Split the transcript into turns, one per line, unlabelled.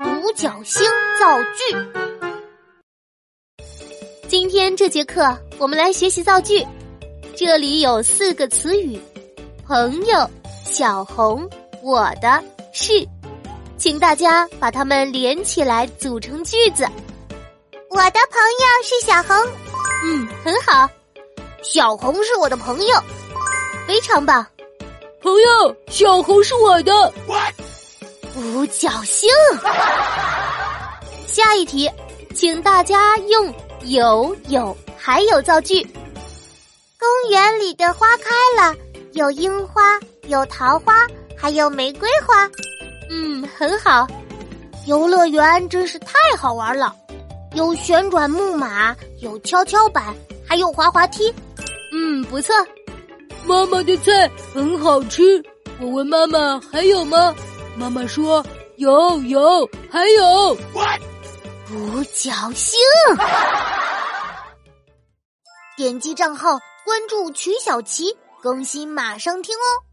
五角星造句。今天这节课我们来学习造句，这里有四个词语：朋友、小红、我的是，请大家把它们连起来组成句子。
我的朋友是小红。
嗯，很好，小红是我的朋友，非常棒。
朋友，小红是我的。
五角星。下一题，请大家用“有有”还有造句。
公园里的花开了，有樱花，有桃花，还有玫瑰花。”
嗯，很好。游乐园真是太好玩了，有旋转木马，有跷跷板，还有滑滑梯。嗯，不错。
妈妈的菜很好吃，我问妈妈还有吗？妈妈说：“有有，还有
五角星。
点击账号关注曲小琪，更新马上听哦。